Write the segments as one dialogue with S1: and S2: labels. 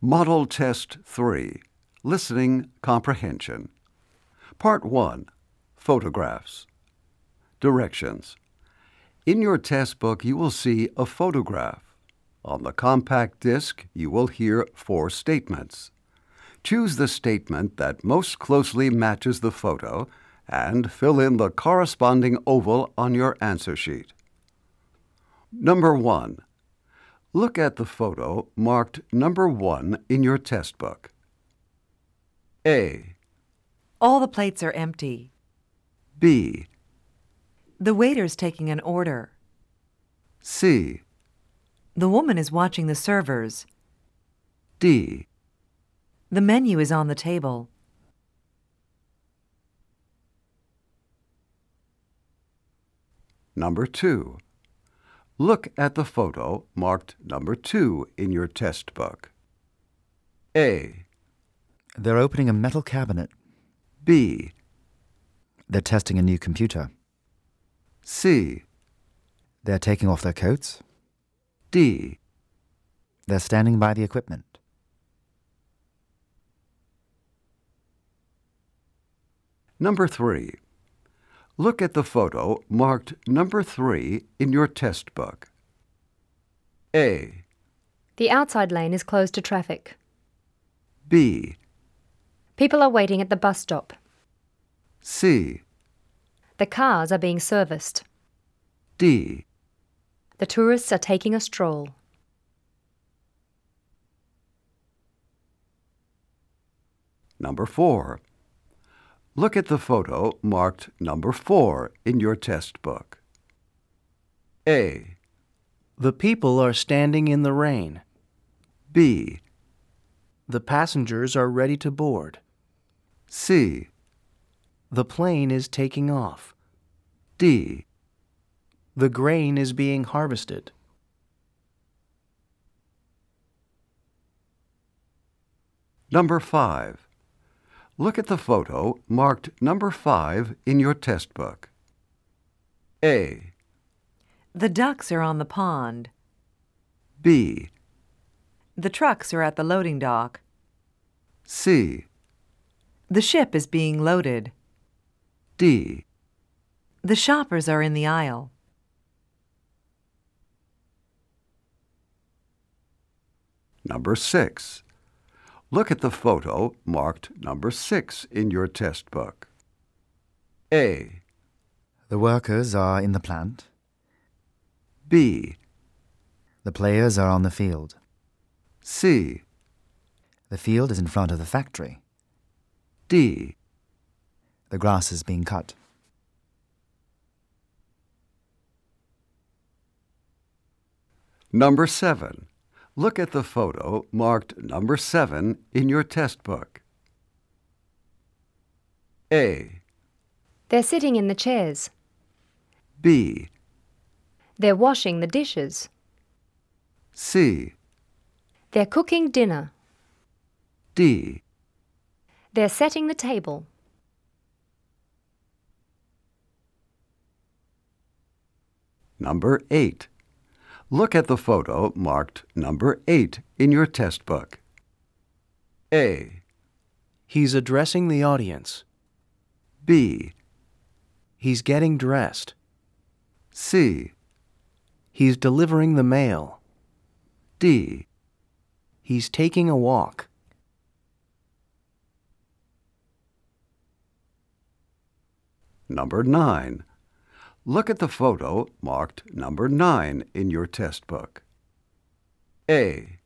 S1: Model Test 3 Listening Comprehension. Part 1 Photographs. Directions In your test book, you will see a photograph. On the compact disc, you will hear four statements. Choose the statement that most closely matches the photo and fill in the corresponding oval on your answer sheet. Number 1. Look at the photo marked number 1 in your test book. A,
S2: All the plates are empty.
S1: B,
S2: The waiter's taking an order.
S1: C,
S2: The woman is watching the servers.
S1: D.
S2: The menu is on the table.
S1: Number 2. Look at the photo marked number 2 in your test book. A,
S3: They're opening a metal cabinet.
S1: B,
S3: They're testing a new computer.
S1: C,
S3: They're taking off their coats.
S1: D.
S3: They're standing by the equipment.
S1: Number 3. Look at the photo marked number 3 in your test book. A,
S4: The outside lane is closed to traffic.
S1: B,
S4: People are waiting at the bus stop.
S1: C,
S4: The cars are being serviced.
S1: D.
S4: The tourists are taking a stroll.
S1: Number 4. Look at the photo marked number 4 in your test book. A,
S5: The people are standing in the rain.
S1: B,
S5: The passengers are ready to board.
S1: C,
S5: The plane is taking off.
S1: D.
S5: The grain is being harvested.
S1: Number 5. Look at the photo marked number 5 in your test book. A,
S2: The ducks are on the pond.
S1: B,
S2: The trucks are at the loading dock.
S1: C,
S2: The ship is being loaded.
S1: D.
S2: The shoppers are in the aisle.
S1: Number 6. Look at the photo marked number 6 in your test book. A,
S3: The workers are in the plant.
S1: B,
S3: The players are on the field.
S1: C,
S3: The field is in front of the factory.
S1: D.
S3: The grass is being cut.
S1: Number 7. Look at the photo marked number 7 in your test book. A,
S4: They're sitting in the chairs.
S1: B,
S4: They're washing the dishes.
S1: C,
S4: They're cooking dinner.
S1: D.
S4: They're setting the table.
S1: Number 8. Look at the photo marked number 8 in your test book. A,
S5: He's addressing the audience.
S1: B,
S5: He's getting dressed.
S1: C,
S5: He's delivering the mail.
S1: D.
S5: He's taking a walk.
S1: Number 9. Look at the photo marked number 9 in your test book. A,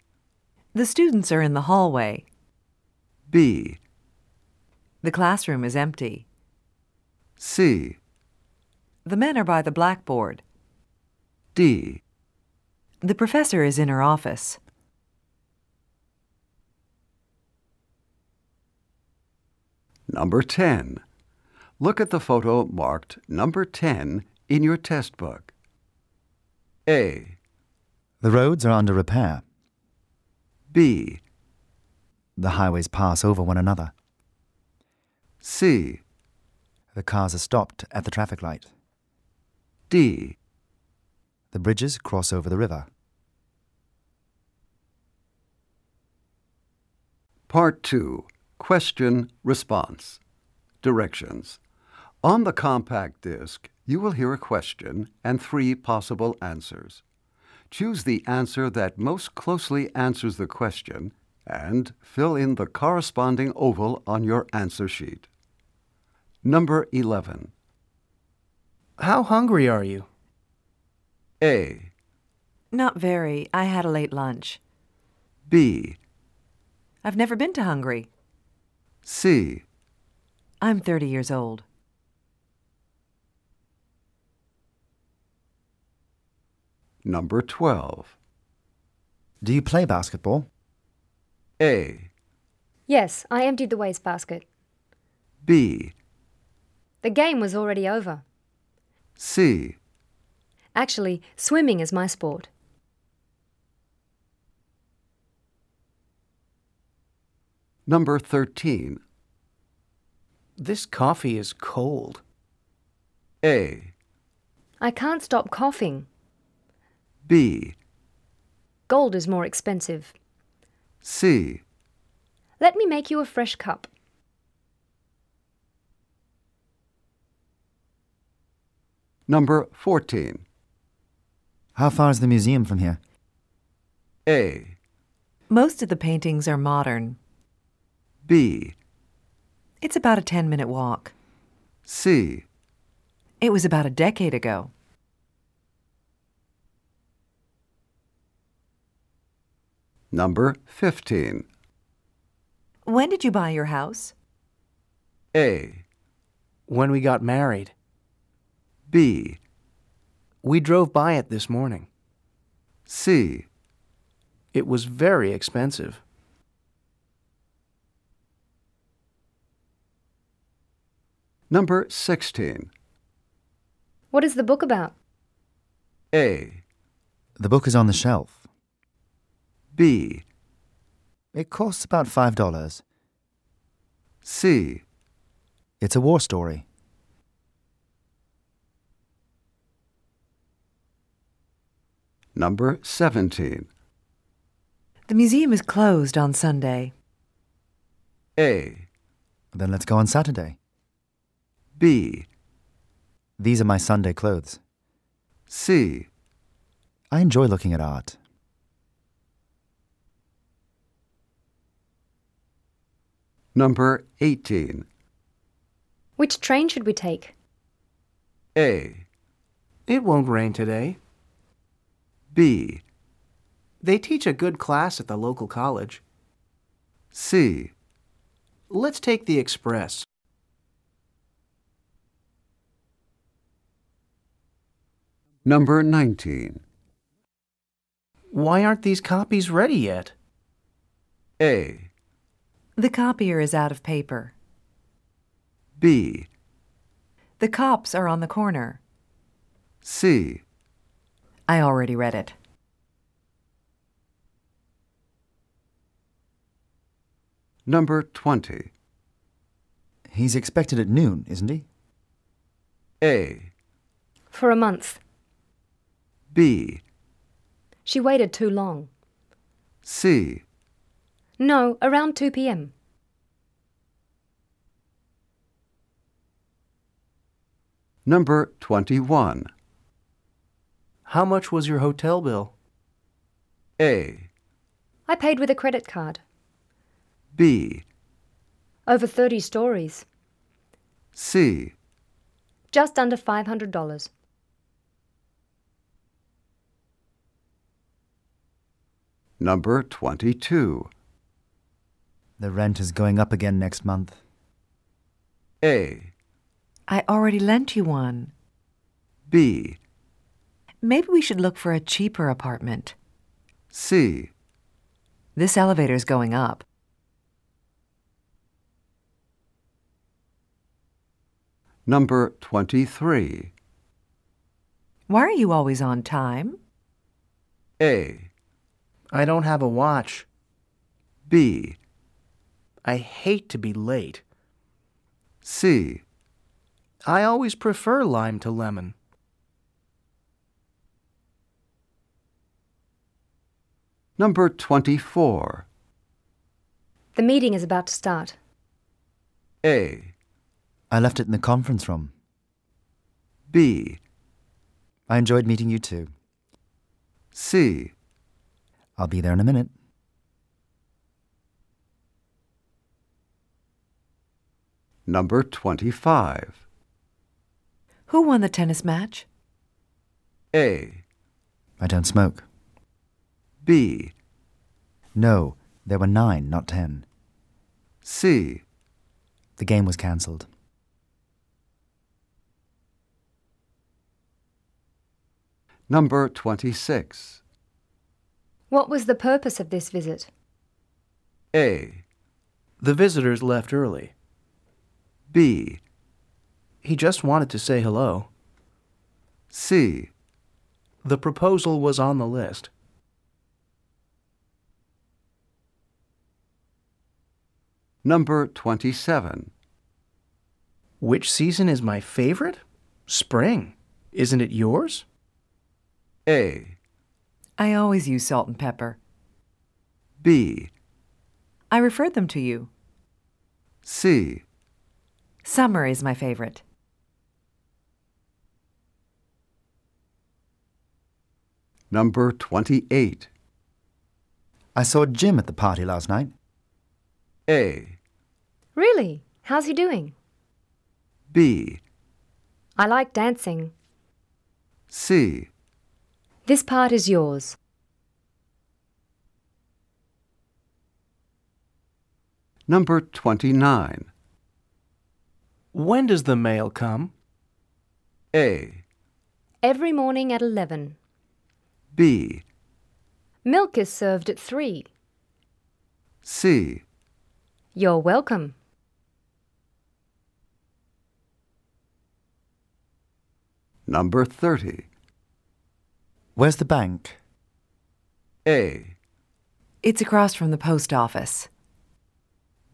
S2: The students are in the hallway.
S1: B,
S2: The classroom is empty.
S1: C,
S2: The men are by the blackboard.
S1: D.
S2: The professor is in her office.
S1: Number 10. Look at the photo marked number 10 in your test book. A,
S3: The roads are under repair.
S1: B,
S3: The highways pass over one another.
S1: C,
S3: The cars are stopped at the traffic light.
S1: D.
S3: The bridges cross over the river.
S1: Part 2 Question Response Directions On the compact disc, you will hear a question and three possible answers. Choose the answer that most closely answers the question and fill in the corresponding oval on your answer sheet. Number 11.
S5: How hungry are you?
S1: A.
S2: Not very. I had a late lunch.
S1: B.
S2: I've never been to Hungary.
S1: C.
S2: I'm 30 years old.
S1: Number 12.
S3: Do you play basketball?
S1: A.
S4: Yes, I emptied the wastebasket.
S1: B.
S4: The game was already over.
S1: C.
S4: Actually, swimming is my sport.
S1: Number 13.
S5: This coffee is cold.
S1: A.
S4: I can't stop coughing.
S1: B.
S4: Gold is more expensive.
S1: C.
S4: Let me make you a fresh cup.
S1: Number 14.
S3: How far is the museum from here?
S1: A.
S2: Most of the paintings are modern.
S1: B.
S2: It's about a 10 minute walk.
S1: C.
S2: It was about a decade ago.
S1: Number 15.
S2: When did you buy your house?
S1: A.
S5: When we got married,
S1: B.
S5: we drove by it this morning.
S1: C.
S5: It was very expensive.
S1: Number 16.
S4: What is the book about?
S1: A.
S3: The book is on the shelf.
S1: B.
S3: It costs about $5.
S1: C.
S3: It's a war story.
S1: Number 17.
S2: The museum is closed on Sunday.
S1: A.
S3: Then let's go on Saturday.
S1: B.
S3: These are my Sunday clothes.
S1: C.
S3: I enjoy looking at art.
S1: Number 18.
S4: Which train should we take?
S1: A.
S5: It won't rain today.
S1: B.
S5: They teach a good class at the local college.
S1: C.
S5: Let's take the express.
S1: Number 19.
S5: Why aren't these copies ready yet?
S1: A.
S2: The copier is out of paper.
S1: B.
S2: The cops are on the corner.
S1: C.
S2: I already read it.
S1: Number 20.
S3: He's expected at noon, isn't he?
S1: A.
S4: For a month.
S1: B.
S4: She waited too long.
S1: C.
S4: No, around 2 p.m.
S1: Number 21.
S5: How much was your hotel bill?
S1: A.
S4: I paid with a credit card.
S1: B.
S4: Over 30 stories.
S1: C.
S4: Just under $500.
S1: Number 22.
S3: The rent is going up again next month.
S1: A.
S2: I already lent you one.
S1: B.
S2: Maybe we should look for a cheaper apartment.
S1: C.
S2: This elevator's going up.
S1: Number 23.
S2: Why are you always on time?
S1: A.
S5: I don't have a watch.
S1: B.
S5: I hate to be late.
S1: C.
S5: I always prefer lime to lemon.
S1: Number 24.
S4: The meeting is about to start.
S1: A,
S3: I left it in the conference room.
S1: B,
S3: I enjoyed meeting you too.
S1: C.
S3: I'll be there in a minute.
S1: Number 25.
S2: Who won the tennis match?
S1: A,
S3: I don't smoke.
S1: B,
S3: No, there were nine, not ten.
S1: C.
S3: The game was cancelled.
S1: Number 26.
S4: What was the purpose of this visit?
S1: A,
S5: The visitors left early.
S1: B,
S5: He just wanted to say hello.
S1: C.
S5: The proposal was on the list.
S1: Number 27.
S5: Which season is my favorite? Spring. Isn't it yours?
S1: A,
S2: I always use salt and pepper.
S1: B,
S2: I referred them to you.
S1: C.
S2: Summer is my favorite.
S1: Number 28.
S3: I saw Jim at the party last night.
S1: A,
S4: Really? How's he doing?
S1: B,
S4: I like dancing.
S1: C.
S4: This part is yours.
S1: Number 29.
S5: When does the mail come?
S1: A,
S4: Every morning at 11.
S1: B,
S4: Milk is served at 3.
S1: C.
S4: You're welcome.
S1: Number 30.
S3: Where's the bank?
S1: A,
S2: It's across from the post office.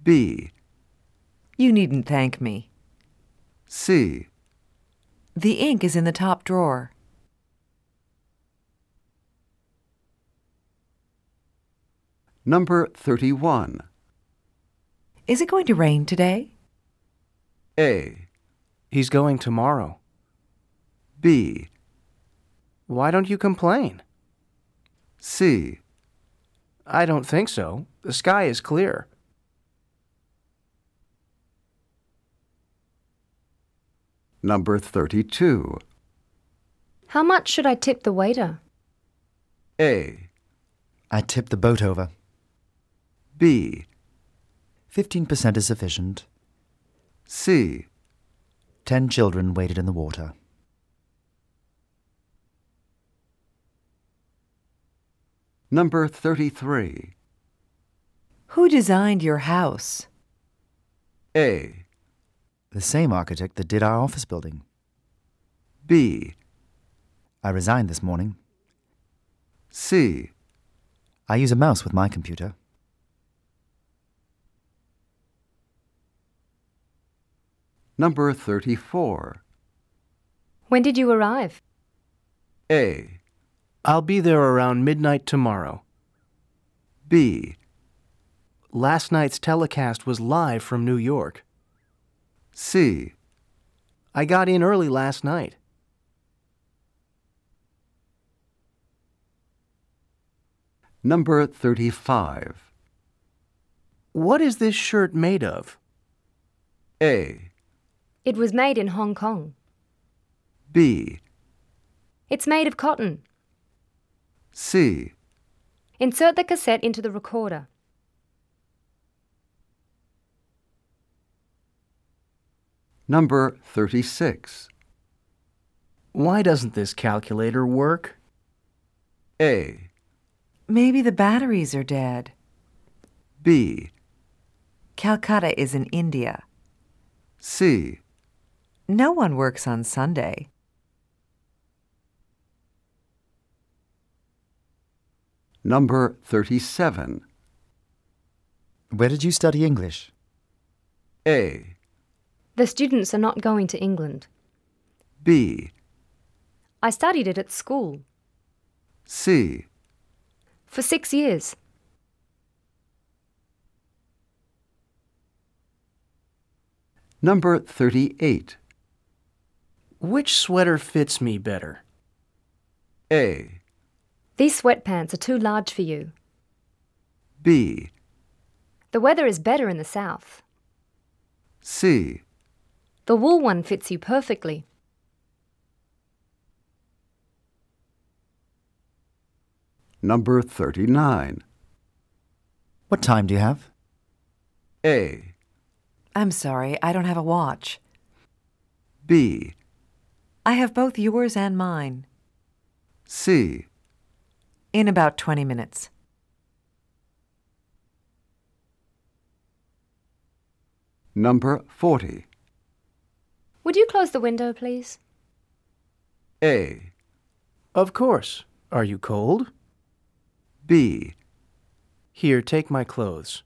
S1: B,
S2: You needn't thank me.
S1: C.
S2: The ink is in the top drawer.
S1: Number 31.
S2: Is it going to rain today?
S1: A,
S5: He's going tomorrow.
S1: B,
S5: Why don't you complain?
S1: C.
S5: I don't think so. The sky is clear.
S1: Number 32.
S4: How much should I tip the waiter?
S1: A,
S3: I tipped the boat over.
S1: B,
S3: 15% is sufficient.
S1: C.
S3: Ten children waded in the water.
S1: Number 33.
S2: Who designed your house?
S1: A,
S3: The same architect that did our office building.
S1: B,
S3: I resigned this morning.
S1: C.
S3: I use a mouse with my computer.
S1: Number 34.
S4: When did you arrive?
S1: A,
S5: I'll be there around midnight tomorrow.
S1: B,
S5: Last night's telecast was live from New York.
S1: C.
S5: I got in early last night.
S1: Number 35.
S5: What is this shirt made of?
S1: A,
S4: It was made in Hong Kong.
S1: B,
S4: It's made of cotton.
S1: C.
S4: Insert the cassette into the recorder.
S1: Number 36.
S5: Why doesn't this calculator work?
S1: A,
S2: Maybe the batteries are dead.
S1: B,
S2: Calcutta is in India.
S1: C.
S2: No one works on Sunday.
S1: Number 37.
S3: Where did you study English?
S1: A,
S4: The students are not going to England.
S1: B,
S4: I studied it at school
S1: C.
S4: for six years.
S1: Number 38.
S5: Which sweater fits me better?
S1: A.
S4: These sweatpants are too large for you.
S1: B.
S4: The weather is better in the south.
S1: C.
S4: The wool one fits you perfectly.
S1: Number 39.
S3: What time do you have?
S1: A.
S2: I'm sorry, I don't have a watch.
S1: B.
S2: I have both yours and mine.
S1: C.
S2: In about 20 minutes.
S1: Number 40.
S4: Would you close the window, please?
S1: A.
S5: Of course. Are you cold?
S1: B.
S5: Here, take my clothes.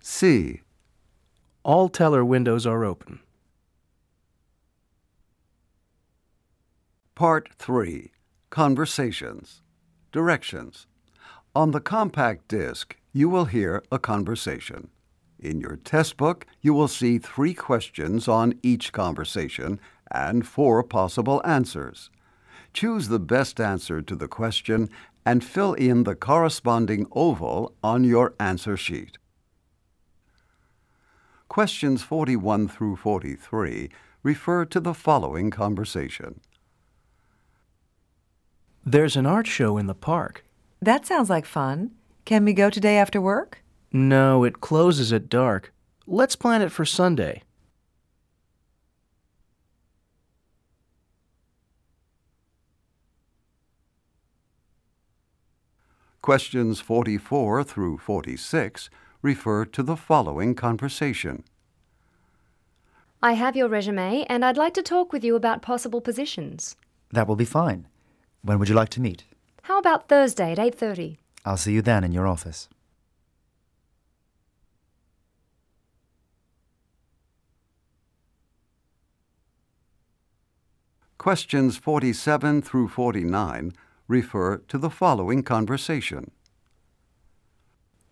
S1: C.
S5: All teller windows are open.
S1: Part 3 Conversations Directions On the compact disc, you will hear a conversation. In your test book, you will see three questions on each conversation and four possible answers. Choose the best answer to the question and fill in the corresponding oval on your answer sheet. Questions 41 through 43 refer to the following conversation.
S5: There's an art show in the park.
S2: That sounds like fun. Can we go today after work?
S5: No, it closes at dark. Let's plan it for Sunday.
S1: Questions 44 through 46 refer to the following conversation.
S4: I have your resume and I'd like to talk with you about possible positions.
S3: That will be fine. When would you like to meet?
S4: How about Thursday at 8:30?
S3: I'll see you then in your office.
S1: Questions 47 through 49 refer to the following conversation.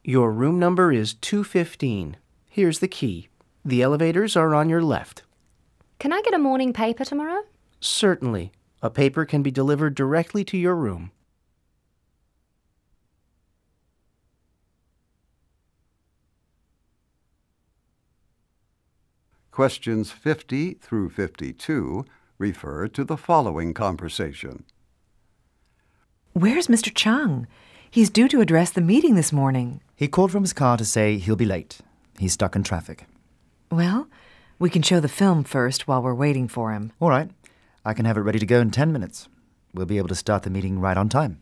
S5: Your room number is 215. Here's the key. The elevators are on your left.
S4: Can I get a morning paper tomorrow?
S5: Certainly. A paper can be delivered directly to your room.
S1: Questions 50 through 52 refer to the following conversation.
S2: Where's Mr. Chung? He's due to address the meeting this morning.
S3: He called from his car to say he'll be late. He's stuck in traffic.
S2: Well, we can show the film first while we're waiting for him.
S3: All right. I can have it ready to go in 10 minutes. We'll be able to start the meeting right on time.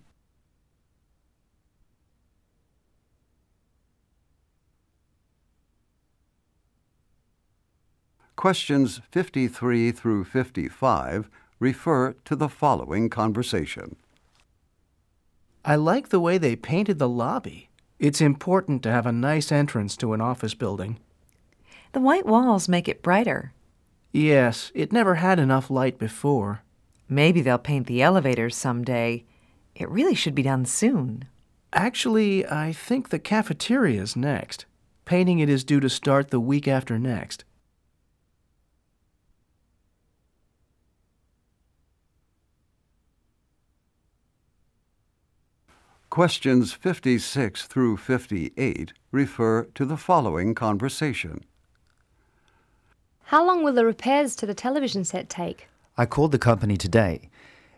S1: Questions 53 through 55 refer to the following conversation.
S5: I like the way they painted the lobby. It's important to have a nice entrance to an office building.
S2: The white walls make it brighter.
S5: Yes, it never had enough light before.
S2: Maybe they'll paint the elevators someday. It really should be done soon.
S5: Actually, I think the cafeteria is next. Painting it is due to start the week after next.
S1: Questions 56 through 58 refer to the following conversation.
S4: How long will the repairs to the television set take?
S3: I called the company today.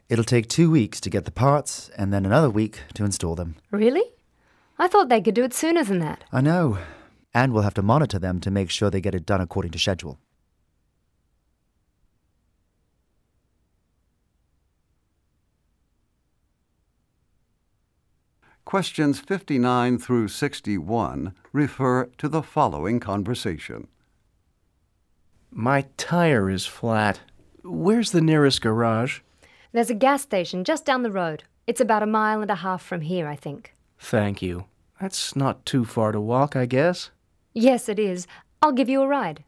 S3: It'll take two weeks to get the parts and then another week to install them.
S4: Really? I thought they could do it sooner than that.
S3: I know. And we'll have to monitor them to make sure they get it done according to schedule.
S1: Questions 59 through 61 refer to the following conversation.
S5: My tire is flat. Where's the nearest garage?
S4: There's a gas station just down the road. It's about a mile and a half from here, I think.
S5: Thank you. That's not too far to walk, I guess.
S4: Yes, it is. I'll give you a ride.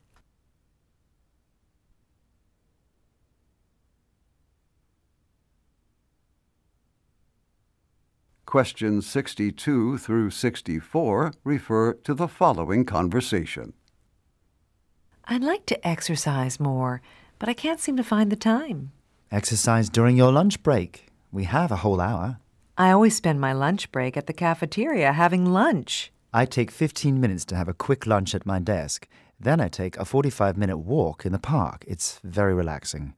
S1: Questions 62 through 64 refer to the following conversation.
S2: I'd like to exercise more, but I can't seem to find the time.
S3: Exercise during your lunch break. We have a whole hour.
S2: I always spend my lunch break at the cafeteria having lunch.
S3: I take 15 minutes to have a quick lunch at my desk. Then I take a 45 minute walk in the park. It's very relaxing.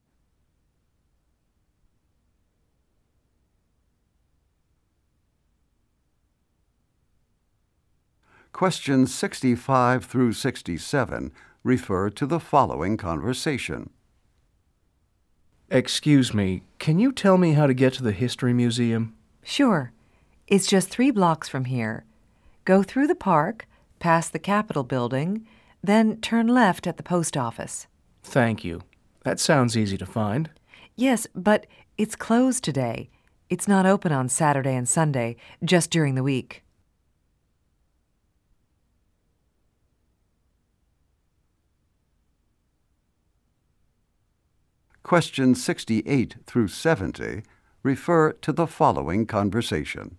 S1: Questions 65 through 67 refer to the following conversation.
S5: Excuse me, can you tell me how to get to the History Museum?
S2: Sure, it's just three blocks from here. Go through the park, past the Capitol building, then turn left at the post office.
S5: Thank you. That sounds easy to find.
S2: Yes, but it's closed today. It's not open on Saturday and Sunday, just during the week.
S1: Questions 68 through 70 refer to the following conversation.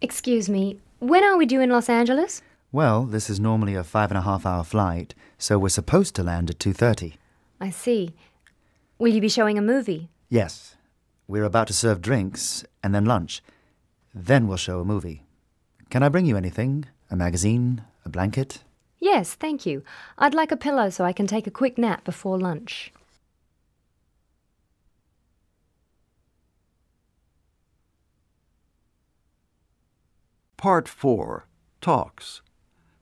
S4: Excuse me, when are we due in Los Angeles?
S3: Well, this is normally a five and a half hour flight, so we're supposed to land at 2.30.
S4: I see. Will you be showing a movie?
S3: Yes, we're about to serve drinks and then lunch. Then we'll show a movie. Can I bring you anything? A magazine? A blanket?
S4: Yes, thank you. I'd like a pillow so I can take a quick nap before lunch.
S1: Part 4 Talks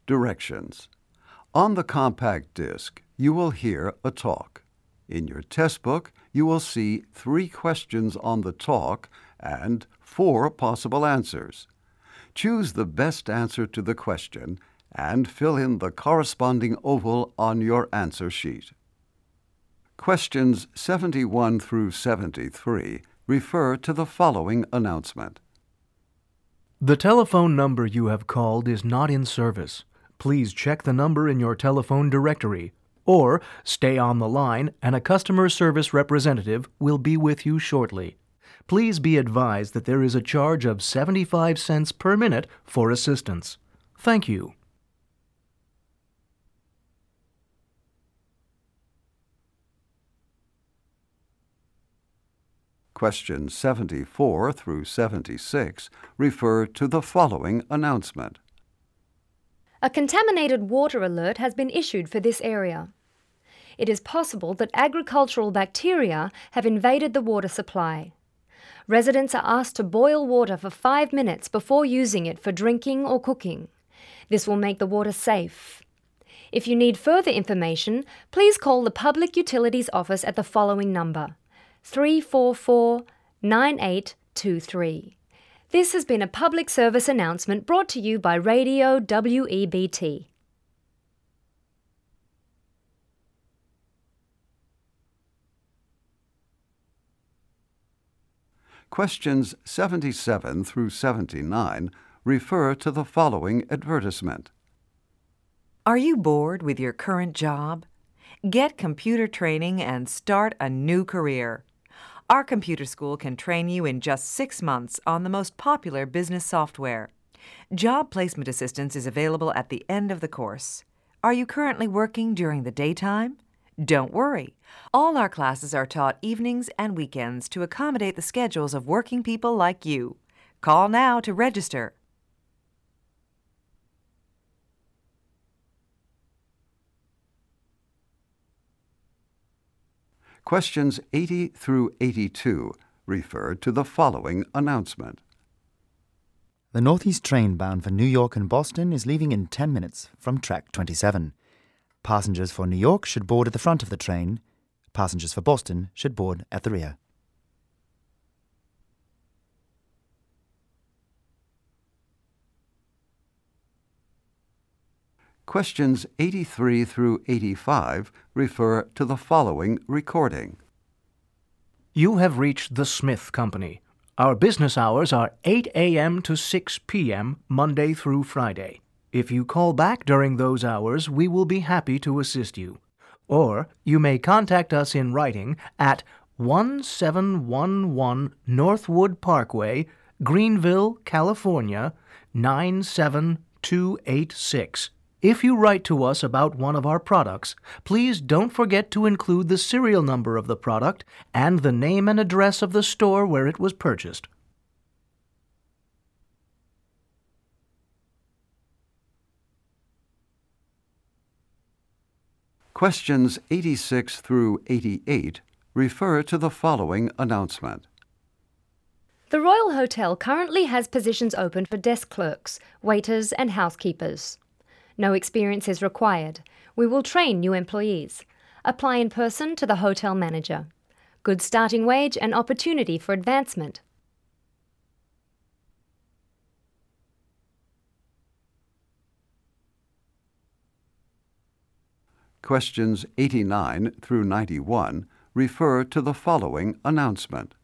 S1: Directions On the compact disc, you will hear a talk. In your test book, you will see three questions on the talk and four possible answers. Choose the best answer to the question and fill in the corresponding oval on your answer sheet. Questions 71 through 73 refer to the following announcement.
S5: The telephone number you have called is not in service. Please check the number in your telephone directory or stay on the line and a customer service representative will be with you shortly. Please be advised that there is a charge of 75 cents per minute for assistance. Thank you.
S1: Questions 74 through 76 refer to the following announcement.
S4: A contaminated water alert has been issued for this area. It is possible that agricultural bacteria have invaded the water supply. Residents are asked to boil water for five minutes before using it for drinking or cooking. This will make the water safe. If you need further information, please call the Public Utilities Office at the following number 344 9823. This has been a public service announcement brought to you by Radio E WEBT.
S1: Questions 77 through 79 refer to the following advertisement.
S2: Are you bored with your current job? Get computer training and start a new career. Our computer school can train you in just six months on the most popular business software. Job placement assistance is available at the end of the course. Are you currently working during the daytime? Don't worry. All our classes are taught evenings and weekends to accommodate the schedules of working people like you. Call now to register.
S1: Questions 80 through 82 refer to the following announcement.
S3: The Northeast train bound for New York and Boston is leaving in 10 minutes from track 27. Passengers for New York should board at the front of the train. Passengers for Boston should board at the rear.
S1: Questions 83 through 85 refer to the following recording.
S5: You have reached the Smith Company. Our business hours are 8 a.m. to 6 p.m., Monday through Friday. If you call back during those hours, we will be happy to assist you. Or you may contact us in writing at 1711 Northwood Parkway, Greenville, California 97286 If you write to us about one of our products, please don't forget to include the serial number of the product and the name and address of the store where it was purchased.
S1: Questions 86 through 88 refer to the following announcement.
S4: The Royal Hotel currently has positions open for desk clerks, waiters, and housekeepers. No experience is required. We will train new employees. Apply in person to the hotel manager. Good starting wage and opportunity for advancement.
S1: Questions 89 through 91 refer to the following announcement.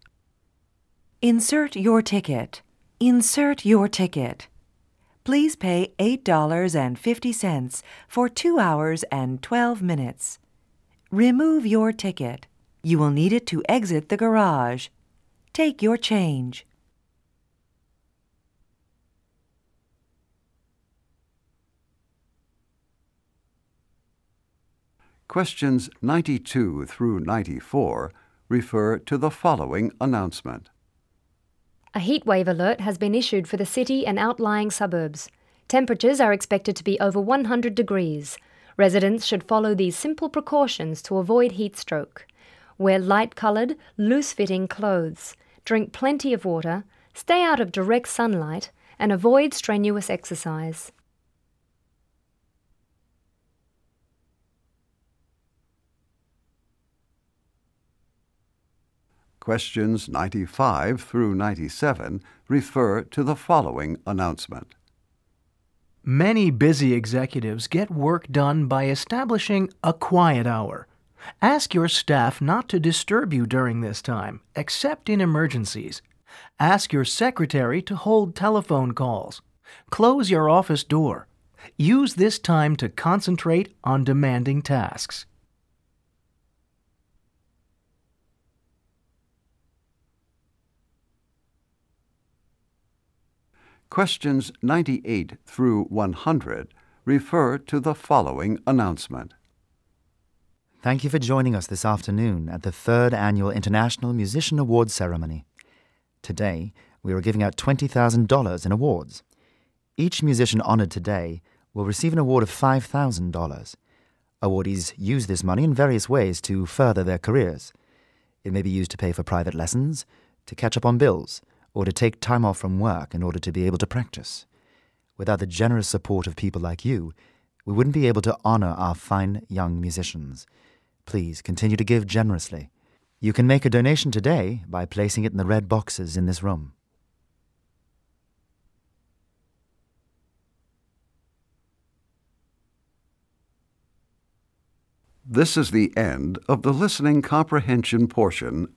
S2: Insert your ticket. Insert your ticket. Please pay $8.50 for 2 hours and 12 minutes. Remove your ticket. You will need it to exit the garage. Take your change.
S1: Questions 92 through 94 refer to the following announcement.
S4: A heat wave alert has been issued for the city and outlying suburbs. Temperatures are expected to be over 100 degrees. Residents should follow these simple precautions to avoid heat stroke. Wear light coloured, loose fitting clothes. Drink plenty of water. Stay out of direct sunlight and avoid strenuous exercise.
S1: Questions 95 through 97 refer to the following announcement.
S5: Many busy executives get work done by establishing a quiet hour. Ask your staff not to disturb you during this time, except in emergencies. Ask your secretary to hold telephone calls. Close your office door. Use this time to concentrate on demanding tasks.
S1: Questions 98 through 100 refer to the following announcement.
S3: Thank you for joining us this afternoon at the third annual International Musician Awards ceremony. Today, we are giving out $20,000 in awards. Each musician honored today will receive an award of $5,000. Awardees use this money in various ways to further their careers. It may be used to pay for private lessons, to catch up on bills, or to take time off from work in order to be able to practice. Without the generous support of people like you, we wouldn't be able to honor our fine young musicians. Please continue to give generously. You can make a donation today by placing it in the red boxes in this room.
S1: This is the end of the listening comprehension portion. Of